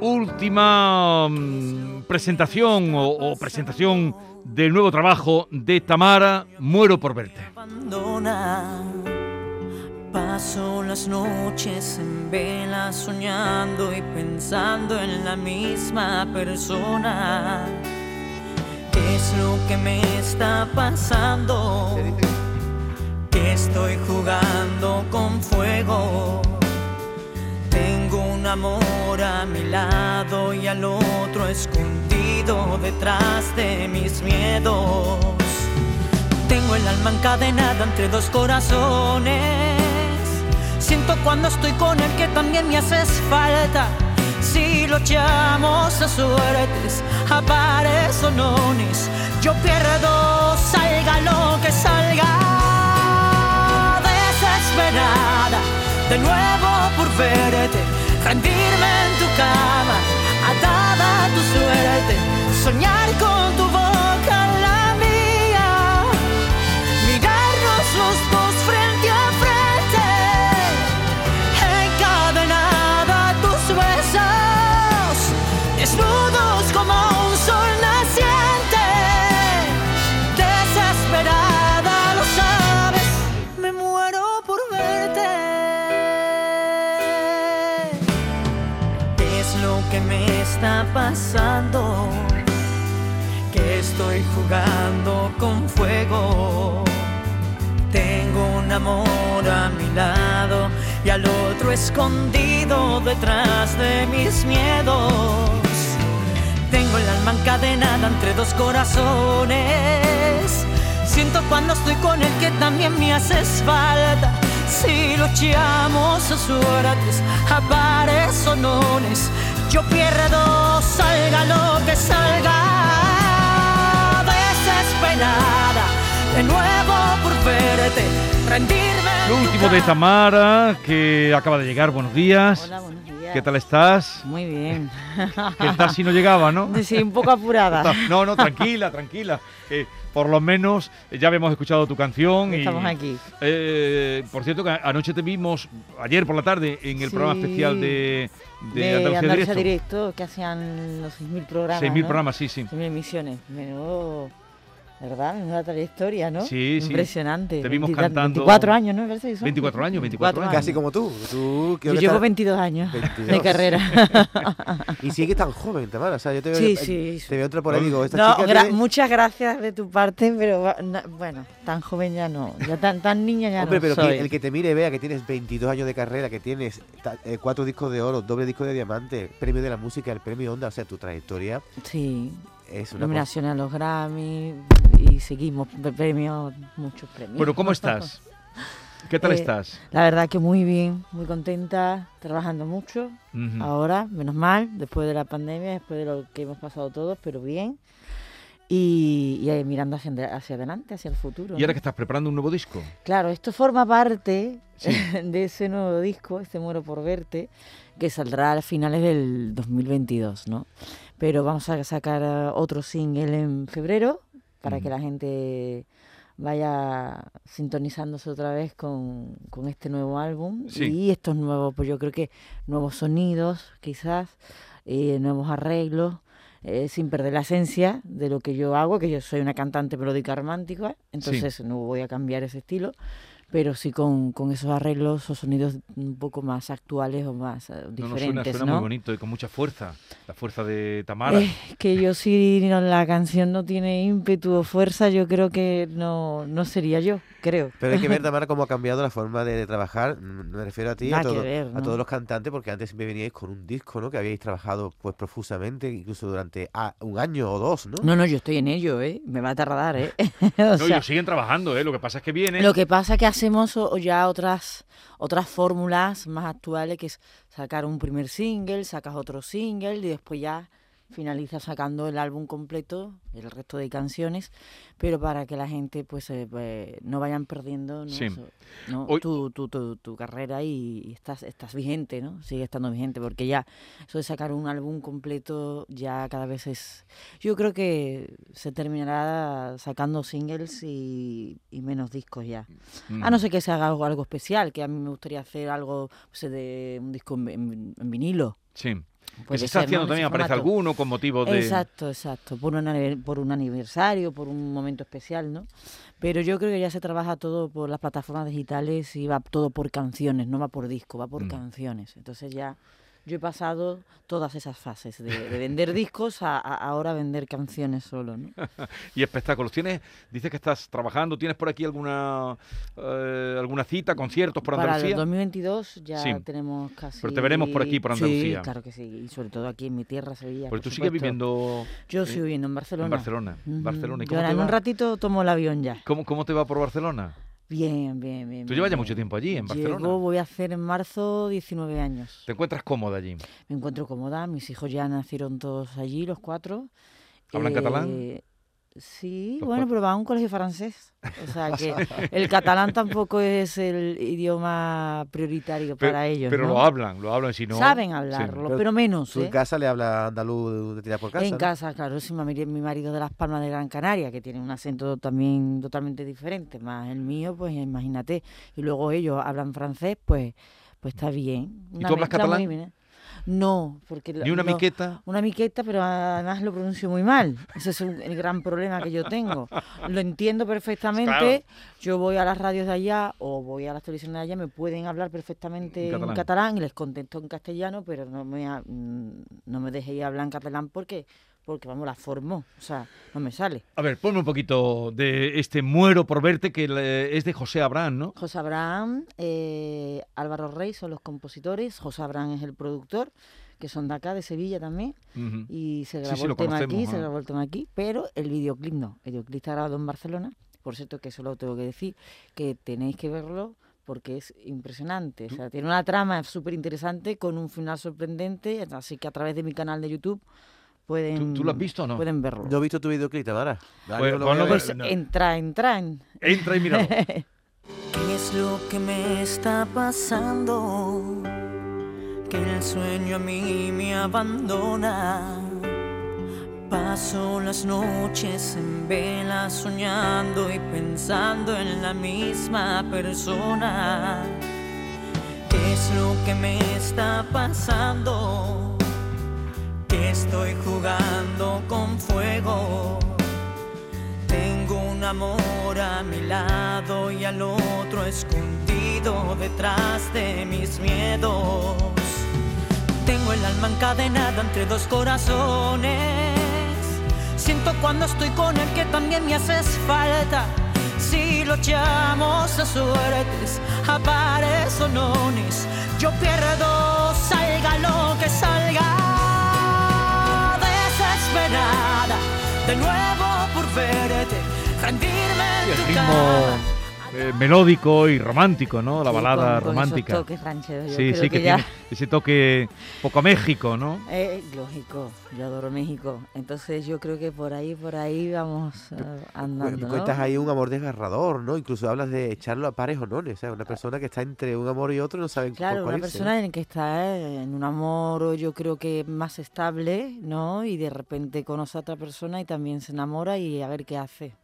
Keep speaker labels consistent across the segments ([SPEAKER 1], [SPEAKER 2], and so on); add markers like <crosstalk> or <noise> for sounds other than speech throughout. [SPEAKER 1] última mm, presentación o, o presentación del nuevo trabajo de Tamara, Muero por verte.
[SPEAKER 2] abandona. Paso las noches en vela soñando y pensando en la misma persona. ¿Qué es lo que me está pasando? Que estoy jugando con fuego. Tengo un amor a mi lado y al otro escondido detrás de mis miedos. Tengo el alma encadenada entre dos corazones. Siento cuando estoy con él que también me haces falta. Si luchamos a suertes, a pares o nones, yo pierdo, salga lo que salga. Desesperada, de nuevo por verte, rendirme en tu cama, atada a tu suerte, soñar con tu boca la mía mirarnos los dos frente a frente, encadenada a tus besos, desnudos como un sol naciente, desesperada lo sabes, me muero por verte. ¿Qué es lo que me está pasando? que estoy jugando con fuego. Tengo un amor a mi lado y al otro escondido detrás de mis miedos. Tengo el alma encadenada entre dos corazones. Siento cuando estoy con el que también me haces falta. Si luchamos a suertes, a pares o nones, yo pierdo, salga lo que salga. Desesperada, de nuevo por verte, rendirme. en
[SPEAKER 1] Lo
[SPEAKER 2] tu
[SPEAKER 1] último de
[SPEAKER 2] cama.
[SPEAKER 1] Tamara, que acaba de llegar, buenos días.
[SPEAKER 3] Hola, buenos días.
[SPEAKER 1] ¿Qué tal estás?
[SPEAKER 3] Muy bien.
[SPEAKER 1] Que el taxi no llegaba,
[SPEAKER 3] <laughs>
[SPEAKER 1] ¿no?
[SPEAKER 3] Sí, un poco apurada.
[SPEAKER 1] No, no, tranquila, tranquila. que por lo menos eh, ya habíamos escuchado tu canción. y-
[SPEAKER 3] Estamos aquí.
[SPEAKER 1] Eh, por cierto, que a- anoche te vimos, ayer por la tarde, en el
[SPEAKER 3] Sí.
[SPEAKER 1] programa especial de, de,
[SPEAKER 3] De
[SPEAKER 1] Andalucía, Directo.
[SPEAKER 3] Andalucía Directo, que hacían los 6.000 programas.
[SPEAKER 1] 6.000
[SPEAKER 3] ¿no?
[SPEAKER 1] programas, sí, sí.
[SPEAKER 3] 6.000 emisiones. Menudo, ¿verdad? Menuda trayectoria, ¿no?
[SPEAKER 1] Sí, sí.
[SPEAKER 3] Impresionante.
[SPEAKER 1] Te vimos
[SPEAKER 3] 20
[SPEAKER 1] cantando-
[SPEAKER 3] 24 años, ¿no? Me parece que son.
[SPEAKER 1] 24 años, 24 años.
[SPEAKER 4] Casi como tú. tú
[SPEAKER 3] Yo
[SPEAKER 4] creo que
[SPEAKER 3] llevo
[SPEAKER 4] estás-
[SPEAKER 3] 22 años
[SPEAKER 4] 22.
[SPEAKER 3] de carrera.
[SPEAKER 4] Y sigue tan joven, Tamara. O sea, yo te veo,
[SPEAKER 3] Sí,
[SPEAKER 4] eh,
[SPEAKER 3] sí, sí.
[SPEAKER 4] Te veo entrar por ahí y digo, <laughs> esta
[SPEAKER 3] No,
[SPEAKER 4] chica
[SPEAKER 3] gra-
[SPEAKER 4] tiene-
[SPEAKER 3] muchas gracias de tu parte, pero va- na- bueno, tan joven ya no, ya tan, tan niña ya
[SPEAKER 4] Hombre,
[SPEAKER 3] no
[SPEAKER 4] pero que-
[SPEAKER 3] soy.
[SPEAKER 4] el que te mire y vea que tienes 22 años de carrera, que tienes ta- eh, cuatro discos de oro, doble disco de diamante, premio de la música, el premio Onda, o sea, tu trayectoria
[SPEAKER 3] Sí,
[SPEAKER 4] es una cosa...
[SPEAKER 3] nominación a los Grammy y seguimos de premios, muchos premios.
[SPEAKER 1] Bueno, ¿cómo estás?
[SPEAKER 3] <laughs>
[SPEAKER 1] ¿Qué tal
[SPEAKER 3] Eh,
[SPEAKER 1] estás?
[SPEAKER 3] La verdad que muy bien, muy contenta, trabajando mucho
[SPEAKER 1] Ujú.
[SPEAKER 3] ahora, menos mal, después de la pandemia, después de lo que hemos pasado todos, pero bien. Y, y ahí mirando hacia, ande- hacia adelante, hacia el futuro.
[SPEAKER 1] Y ahora
[SPEAKER 3] ¿no?
[SPEAKER 1] que estás preparando un nuevo disco.
[SPEAKER 3] Claro, esto forma parte
[SPEAKER 1] Sí.
[SPEAKER 3] <laughs> de ese nuevo disco, este Muero por Verte, que saldrá a finales del 2022, ¿no? Pero vamos a sacar eh, otro single en febrero para que
[SPEAKER 1] Ujú.
[SPEAKER 3] la gente vaya sintonizándose otra vez con, con este nuevo álbum
[SPEAKER 1] Sí.
[SPEAKER 3] y estos nuevos, pues yo creo que nuevos sonidos quizás, eh, nuevos arreglos, eh, sin perder la esencia de lo que yo hago, que yo soy una cantante melódica romántica, entonces no voy a cambiar ese estilo, pero sí con, con esos arreglos o sonidos un poco más actuales o más eh,
[SPEAKER 1] No, no, suena,
[SPEAKER 3] diferentes.
[SPEAKER 1] suena
[SPEAKER 3] ¿no? Eh,
[SPEAKER 1] muy bonito y con mucha fuerza. La fuerza de Tamara.
[SPEAKER 3] Es que yo si no- la canción no tiene ímpetu o fuerza, yo creo que no, no sería yo, creo.
[SPEAKER 4] Pero hay
[SPEAKER 3] <laughs>
[SPEAKER 4] que ver, Tamara, cómo ha cambiado la forma de, de trabajar. Mm, Me refiero a ti, y a,
[SPEAKER 3] Nada que
[SPEAKER 4] todo-
[SPEAKER 3] ver,
[SPEAKER 4] a
[SPEAKER 3] ¿no?
[SPEAKER 4] todos los cantantes, porque antes siempre veníais con un disco, ¿no? Que habíais trabajado pues profusamente, incluso durante ah, un año o dos, ¿no?
[SPEAKER 3] No, no, yo estoy en ello, ¿eh? Me va a tardar, ¿eh? <laughs>
[SPEAKER 1] no,
[SPEAKER 3] o
[SPEAKER 1] y
[SPEAKER 3] sea,
[SPEAKER 1] lo siguen trabajando, ¿eh? Lo que pasa es que viene.
[SPEAKER 3] lo que pasa es que hacemos o- o ya otras otras fórmulas más actuales, que es sacar un primer single, sacas otro single y después ya finalizas sacando el álbum completo, el resto de canciones, pero para que la gente pues, eh, pues, no vayan perdiendo ¿no?
[SPEAKER 1] Sí.
[SPEAKER 3] Eso, ¿no?
[SPEAKER 1] Hoy-
[SPEAKER 3] tu, tu- tu- tu carrera y, y estás estás vigente, ¿no? Sigue estando vigente porque ya eso de sacar un álbum completo ya cada vez es yo creo que se terminará sacando singles y, y menos discos ya.
[SPEAKER 1] Mm.
[SPEAKER 3] A ah, no ser que se haga algo, algo especial, que a mí me gustaría hacer algo pues, de un disco en, en- en vinilo.
[SPEAKER 1] Sí. que
[SPEAKER 3] Puede
[SPEAKER 1] se está
[SPEAKER 3] ser,
[SPEAKER 1] haciendo
[SPEAKER 3] ¿no? En
[SPEAKER 1] también,
[SPEAKER 3] ese
[SPEAKER 1] aparece
[SPEAKER 3] formato.
[SPEAKER 1] alguno con motivo de...
[SPEAKER 3] Exacto, exacto. Por un, anive- por un aniversario, por un momento especial, ¿no? Pero yo creo que ya se trabaja todo por las plataformas digitales y va todo por canciones, no va por disco, va por
[SPEAKER 1] Mm.
[SPEAKER 3] canciones. Entonces ya yo he pasado todas esas fases de, de
[SPEAKER 1] <laughs>
[SPEAKER 3] vender discos a, a ahora vender canciones solo, ¿no?
[SPEAKER 1] y espectáculos. Tienes, dices que estás trabajando, ¿tienes por aquí alguna eh, alguna cita, conciertos por
[SPEAKER 3] Para el
[SPEAKER 1] Andalucía?
[SPEAKER 3] 2022 ya
[SPEAKER 1] Sí.
[SPEAKER 3] tenemos casi...
[SPEAKER 1] Pero te veremos por aquí, por Andalucía.
[SPEAKER 3] Sí, claro que sí. Y sobre todo aquí en mi tierra, Sevilla.
[SPEAKER 1] Porque tú
[SPEAKER 3] por
[SPEAKER 1] sigues
[SPEAKER 3] supuesto.
[SPEAKER 1] viviendo
[SPEAKER 3] Yo
[SPEAKER 1] eh,
[SPEAKER 3] sigo viviendo en
[SPEAKER 1] en
[SPEAKER 3] Barcelona.
[SPEAKER 1] Barcelona.
[SPEAKER 3] Ujú.
[SPEAKER 1] Barcelona. ¿Y
[SPEAKER 3] Yo
[SPEAKER 1] cómo,
[SPEAKER 3] ahora
[SPEAKER 1] te
[SPEAKER 3] en un
[SPEAKER 1] va?
[SPEAKER 3] ratito tomo el avión ya.
[SPEAKER 1] ¿Cómo- cómo te va por Barcelona?
[SPEAKER 3] Bien, bien, bien.
[SPEAKER 1] Tú
[SPEAKER 3] bien,
[SPEAKER 1] llevas ya
[SPEAKER 3] bien.
[SPEAKER 1] mucho tiempo allí, en Barcelona.
[SPEAKER 3] Llevo, voy a hacer en marzo 19 años.
[SPEAKER 1] ¿Te encuentras cómoda allí?
[SPEAKER 3] Me encuentro cómoda, mis hijos ya nacieron todos allí, los cuatro. Eh,
[SPEAKER 1] ¿Hablan catalán?
[SPEAKER 3] Sí,
[SPEAKER 1] Los
[SPEAKER 3] bueno,
[SPEAKER 1] cuatro.
[SPEAKER 3] pero van a un colegio francés. O sea
[SPEAKER 1] <laughs>
[SPEAKER 3] que el catalán tampoco es el idioma prioritario
[SPEAKER 1] Pe-
[SPEAKER 3] para ellos.
[SPEAKER 1] Pero
[SPEAKER 3] ¿no?
[SPEAKER 1] lo hablan, lo hablan, si no...
[SPEAKER 3] Saben
[SPEAKER 1] sí.
[SPEAKER 3] hablarlo,
[SPEAKER 4] Pero
[SPEAKER 3] pero menos.
[SPEAKER 4] Tú en
[SPEAKER 3] ¿eh?
[SPEAKER 4] casa le habla andaluz de tirar por casa.
[SPEAKER 3] En
[SPEAKER 4] ¿no?
[SPEAKER 3] casa, claro, sí, mi mari- mi marido de Las Palmas de Gran Canaria, que tiene un acento también totalmente diferente, más el mío, pues imagínate. Y luego ellos hablan francés, pues, pues está bien.
[SPEAKER 1] Mm. ¿Y
[SPEAKER 3] Una
[SPEAKER 1] tú hablas
[SPEAKER 3] mezcla muy
[SPEAKER 1] catalán?
[SPEAKER 3] bien. ¿eh? No, porque... lo-
[SPEAKER 1] Ni una
[SPEAKER 3] lo-
[SPEAKER 1] miqueta.
[SPEAKER 3] Una miqueta, pero además lo pronuncio muy mal. Ese es un- el gran problema que yo tengo. Lo entiendo perfectamente.
[SPEAKER 1] Claro.
[SPEAKER 3] Yo voy a las radios de allá o voy a las televisiones de allá, me pueden hablar perfectamente
[SPEAKER 1] En
[SPEAKER 3] en
[SPEAKER 1] catalán.
[SPEAKER 3] catalán, y les contesto en castellano, pero no me, ha- mm, no me dejéis hablar en catalán porque, porque vamos, la formo. O sea, no me sale.
[SPEAKER 1] A ver, ponme un poquito de este Muero por verte, que le- es de José Abraham, ¿no?
[SPEAKER 3] José Abraham, eh, Álvaro Rey son los compositores, José Abraham es el productor, que son de acá, de Sevilla también.
[SPEAKER 1] Ujú.
[SPEAKER 3] y se
[SPEAKER 1] Sí,
[SPEAKER 3] grabó
[SPEAKER 1] sí, lo
[SPEAKER 3] el tema aquí,
[SPEAKER 1] conocemos,
[SPEAKER 3] se
[SPEAKER 1] ah.
[SPEAKER 3] grabó el tema aquí, pero el videoclip no. El videoclip está grabado en Barcelona. Por cierto, que eso lo tengo que decir, que tenéis que verlo porque es impresionante. O sea, tiene una trama súper interesante con un final sorprendente, así que a través de mi canal de YouTube pueden,
[SPEAKER 1] ¿Tú- tú lo has visto o no?
[SPEAKER 3] pueden verlo.
[SPEAKER 4] No he visto tu videoclip, Tamara. Dale,
[SPEAKER 1] Pues,
[SPEAKER 4] no lo
[SPEAKER 1] ponlo
[SPEAKER 4] voy a ver.
[SPEAKER 1] que-
[SPEAKER 3] Pues
[SPEAKER 1] no.
[SPEAKER 3] entra, entra. en-
[SPEAKER 1] Entra y
[SPEAKER 3] <laughs>
[SPEAKER 1] míralo.
[SPEAKER 2] ¿Qué es lo que me está pasando? Que el sueño a mí me abandona. Paso las noches en vela soñando y pensando en la misma persona. ¿Qué es lo que me está pasando? Que estoy jugando con fuego. Tengo un amor a mi lado y al otro escondido detrás de mis miedos. Tengo el alma encadenada entre dos corazones. Siento cuando estoy con él que también me haces falta. Si lo echamos a suertes, a pares o nones, yo pierdo, salga lo que salga desesperada de nuevo por verte, rendirme en
[SPEAKER 1] El
[SPEAKER 2] tu
[SPEAKER 1] ritmo
[SPEAKER 2] cama.
[SPEAKER 1] eh, melódico y romántico, ¿no? La
[SPEAKER 3] Sí,
[SPEAKER 1] balada
[SPEAKER 3] con- con esos
[SPEAKER 1] romántica.
[SPEAKER 3] toques rancheros, yo
[SPEAKER 1] sí,
[SPEAKER 3] creo
[SPEAKER 1] sí, que,
[SPEAKER 3] que ya-
[SPEAKER 1] tiene ese toque poco a México, ¿no?
[SPEAKER 3] Eh, lógico, yo adoro México. Entonces yo creo que por ahí, por ahí vamos eh,
[SPEAKER 4] Cu-
[SPEAKER 3] andando. ¿no?
[SPEAKER 4] Cuentas ahí un amor desgarrador, ¿no? Incluso hablas de echarlo a pares o no, o sea, una persona que está entre un amor y otro y no saben por
[SPEAKER 3] Claro,
[SPEAKER 4] cuál
[SPEAKER 3] una
[SPEAKER 4] irse,
[SPEAKER 3] persona en que está eh, en un amor, yo creo que más estable, ¿no? Y de repente conoce a otra persona y también se enamora y a ver qué hace.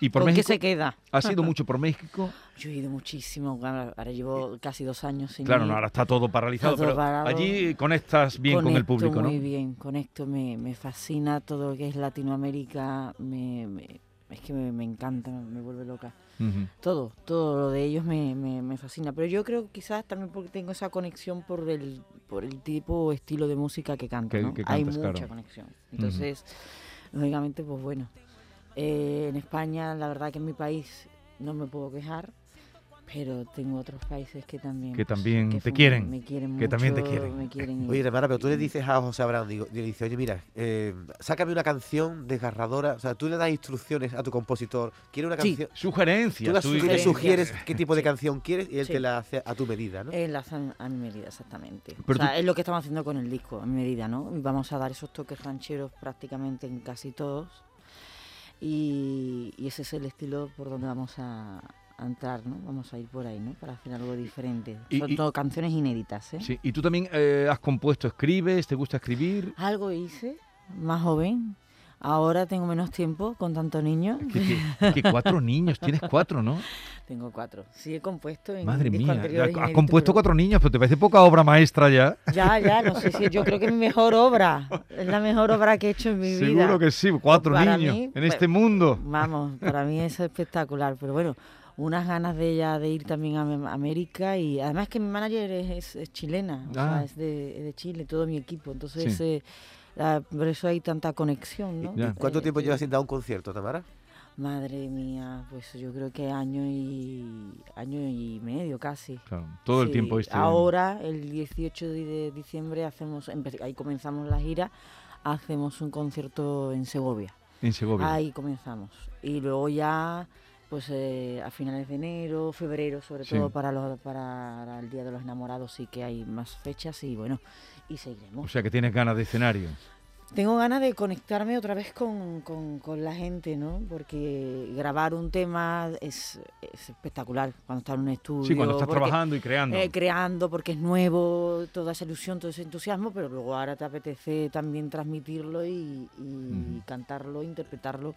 [SPEAKER 1] Y por
[SPEAKER 3] ¿Con qué
[SPEAKER 1] México.
[SPEAKER 3] se queda?
[SPEAKER 1] ¿Has ido mucho por México?
[SPEAKER 3] Yo he ido muchísimo, claro, ahora llevo casi dos años sin
[SPEAKER 1] Claro,
[SPEAKER 3] ir.
[SPEAKER 1] no, ahora está todo paralizado,
[SPEAKER 3] Está todo
[SPEAKER 1] pero
[SPEAKER 3] parado.
[SPEAKER 1] allí conectas bien con el
[SPEAKER 3] Conecto
[SPEAKER 1] público, ¿no?
[SPEAKER 3] Muy bien, conecto, me, me fascina todo lo que es Latinoamérica, me, me- es que me, me encanta, me vuelve loca.
[SPEAKER 1] Ujú.
[SPEAKER 3] Todo, todo lo de ellos me, me- me fascina. Pero yo creo que quizás también porque tengo esa conexión por el, por el tipo o estilo de música que canto.
[SPEAKER 1] Que-
[SPEAKER 3] ¿no?
[SPEAKER 1] que
[SPEAKER 3] Hay
[SPEAKER 1] cantas,
[SPEAKER 3] mucha
[SPEAKER 1] claro.
[SPEAKER 3] conexión. Entonces, lógicamente, pues bueno. Eh, en España, la verdad que en mi país no me puedo quejar, pero tengo otros países que también...
[SPEAKER 1] Que también te
[SPEAKER 3] fun-
[SPEAKER 1] quieren,
[SPEAKER 3] Me quieren
[SPEAKER 1] que también te
[SPEAKER 3] mucho,
[SPEAKER 1] quieren.
[SPEAKER 3] me quieren y-
[SPEAKER 4] Oye, Tamara, pero tú le dices a José Abraham, digo, le dices, oye, mira, eh, sácame una canción desgarradora. O sea, tú le das instrucciones a tu compositor. Quiere una
[SPEAKER 3] Sí.
[SPEAKER 4] canción. Tú
[SPEAKER 1] Sugerencias.
[SPEAKER 4] la
[SPEAKER 1] tú-
[SPEAKER 4] sugi- le
[SPEAKER 3] sugerencias.
[SPEAKER 4] sugieres qué tipo de canción quieres y él
[SPEAKER 3] Sí.
[SPEAKER 4] te la hace a tu medida, ¿no?
[SPEAKER 3] Eh, la hacen a mi medida, exactamente.
[SPEAKER 1] Pero
[SPEAKER 3] o sea,
[SPEAKER 1] tú-
[SPEAKER 3] es lo que estamos haciendo con el disco, a mi medida, ¿no? Y Vamos a dar esos toques rancheros prácticamente en casi todos. Y, y ese es el estilo por donde vamos a, a entrar, ¿no? Vamos a ir por ahí, ¿no? Para hacer algo diferente.
[SPEAKER 1] Y-
[SPEAKER 3] Son
[SPEAKER 1] y-
[SPEAKER 3] todo canciones inéditas, ¿eh?
[SPEAKER 1] Sí, y tú también eh, has compuesto, escribes, te gusta escribir.
[SPEAKER 3] Algo hice, más joven. Ahora tengo menos tiempo con tanto niño.
[SPEAKER 1] Que, que- que cuatro niños, tienes cuatro, ¿no?
[SPEAKER 3] Tengo cuatro. Sí, he compuesto en
[SPEAKER 1] Madre
[SPEAKER 3] discos
[SPEAKER 1] mía,
[SPEAKER 3] anteriores
[SPEAKER 1] has
[SPEAKER 3] inéditos,
[SPEAKER 1] compuesto
[SPEAKER 3] pero-
[SPEAKER 1] cuatro niños, pero te parece poca obra maestra ya.
[SPEAKER 3] Ya, ya, no sé si yo creo que es mi mejor obra. Es la mejor obra que he hecho en mi vida.
[SPEAKER 1] <laughs> Seguro que sí, cuatro
[SPEAKER 3] Para
[SPEAKER 1] niños
[SPEAKER 3] mí,
[SPEAKER 1] en
[SPEAKER 3] pues,
[SPEAKER 1] este mundo.
[SPEAKER 3] Vamos, para mí eso es espectacular, pero bueno, unas ganas de ella de ir también a Am- América y además que mi manager es, es- es chilena, o
[SPEAKER 1] Ah.
[SPEAKER 3] sea, es de, es de Chile, todo mi equipo, entonces
[SPEAKER 1] Sí.
[SPEAKER 3] eh, ah, por eso hay tanta conexión, ¿no?
[SPEAKER 1] Ya.
[SPEAKER 4] ¿Y ¿Cuánto
[SPEAKER 3] Eh,
[SPEAKER 4] tiempo
[SPEAKER 3] eh,
[SPEAKER 4] llevas sin dar un concierto, Tamara?
[SPEAKER 3] Madre mía, pues yo creo que año y año y medio casi.
[SPEAKER 1] Claro, todo el
[SPEAKER 3] Sí,
[SPEAKER 1] tiempo este.
[SPEAKER 3] Ahora, el 18 de- de diciembre, hacemos, empe- ahí comenzamos la gira, hacemos un concierto en Segovia.
[SPEAKER 1] En Segovia.
[SPEAKER 3] Ahí comenzamos. Y luego ya, pues eh, a finales de enero, febrero, sobre
[SPEAKER 1] Sí.
[SPEAKER 3] todo para, los, para el Día de los Enamorados, sí que hay más fechas y bueno, y seguiremos.
[SPEAKER 1] O sea que tienes ganas de escenario.
[SPEAKER 3] Tengo ganas de conectarme otra vez con, con- con la gente, ¿no? Porque grabar un tema es, es espectacular cuando estás en un estudio.
[SPEAKER 1] Sí, cuando estás
[SPEAKER 3] porque-
[SPEAKER 1] trabajando y creando.
[SPEAKER 3] eh, creando porque es nuevo, toda esa ilusión, todo ese entusiasmo, pero luego ahora te apetece también transmitirlo y, y
[SPEAKER 1] Ujú.
[SPEAKER 3] cantarlo, interpretarlo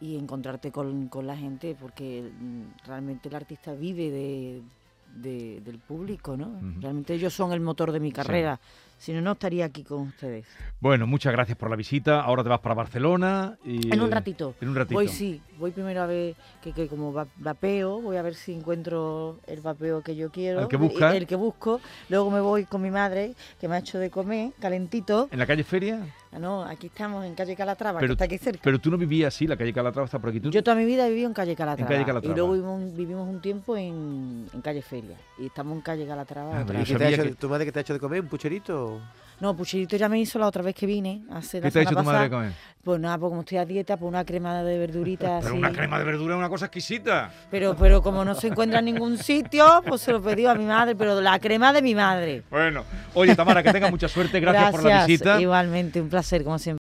[SPEAKER 3] y encontrarte con, con la gente porque mm, realmente el artista vive de, de- del público, ¿no?
[SPEAKER 1] Ujú.
[SPEAKER 3] Realmente ellos son el motor de mi carrera, si no, no estaría aquí con ustedes.
[SPEAKER 1] Bueno, muchas gracias por la visita. Ahora te vas para Barcelona. Y,
[SPEAKER 3] En un
[SPEAKER 1] eh,
[SPEAKER 3] ratito.
[SPEAKER 1] En un ratito.
[SPEAKER 3] Voy sí, voy primero a ver que, que como va- vapeo, voy a ver si encuentro el vapeo que yo quiero,
[SPEAKER 1] El que busca.
[SPEAKER 3] el, que busco. Luego me voy con mi madre que me ha hecho de comer calentito.
[SPEAKER 1] ¿En la calle Feria?
[SPEAKER 3] Ah, No, aquí estamos en calle Calatrava,
[SPEAKER 1] Pero-
[SPEAKER 3] que está aquí cerca.
[SPEAKER 1] Pero tú no vivías así, la calle Calatrava está por aquí. ¿Tú?
[SPEAKER 3] Yo toda mi vida he vivido en calle Calatrava,
[SPEAKER 1] calle Calatrava.
[SPEAKER 3] y luego vivimos, vivimos un tiempo en, en calle Feria y estamos en calle Calatrava.
[SPEAKER 1] Ah,
[SPEAKER 3] ahora.
[SPEAKER 1] pero
[SPEAKER 4] ¿Y
[SPEAKER 1] yo
[SPEAKER 4] qué te ha
[SPEAKER 1] sabía
[SPEAKER 4] hecho-
[SPEAKER 1] que-
[SPEAKER 4] ¿Tu madre que te ha hecho de comer? ¿Un pucherito?
[SPEAKER 3] No, Puchilito ya me hizo la otra vez que vine, hace la
[SPEAKER 1] ¿Qué te ha
[SPEAKER 3] semana
[SPEAKER 1] hecho tu
[SPEAKER 3] pasada.
[SPEAKER 1] madre de comer?
[SPEAKER 3] Pues nada, pues como estoy a dieta, pues una crema de
[SPEAKER 1] <laughs>
[SPEAKER 3] verduritas
[SPEAKER 1] Pero
[SPEAKER 3] así.
[SPEAKER 1] una crema de verdura es una cosa exquisita.
[SPEAKER 3] Pero, pero como no se encuentra en ningún sitio, pues se lo pedí a mi madre, pero la crema de mi madre.
[SPEAKER 1] Bueno, oye Tamara, que tengas mucha suerte. Gracias, por la visita.
[SPEAKER 3] Igualmente, un placer, como siempre.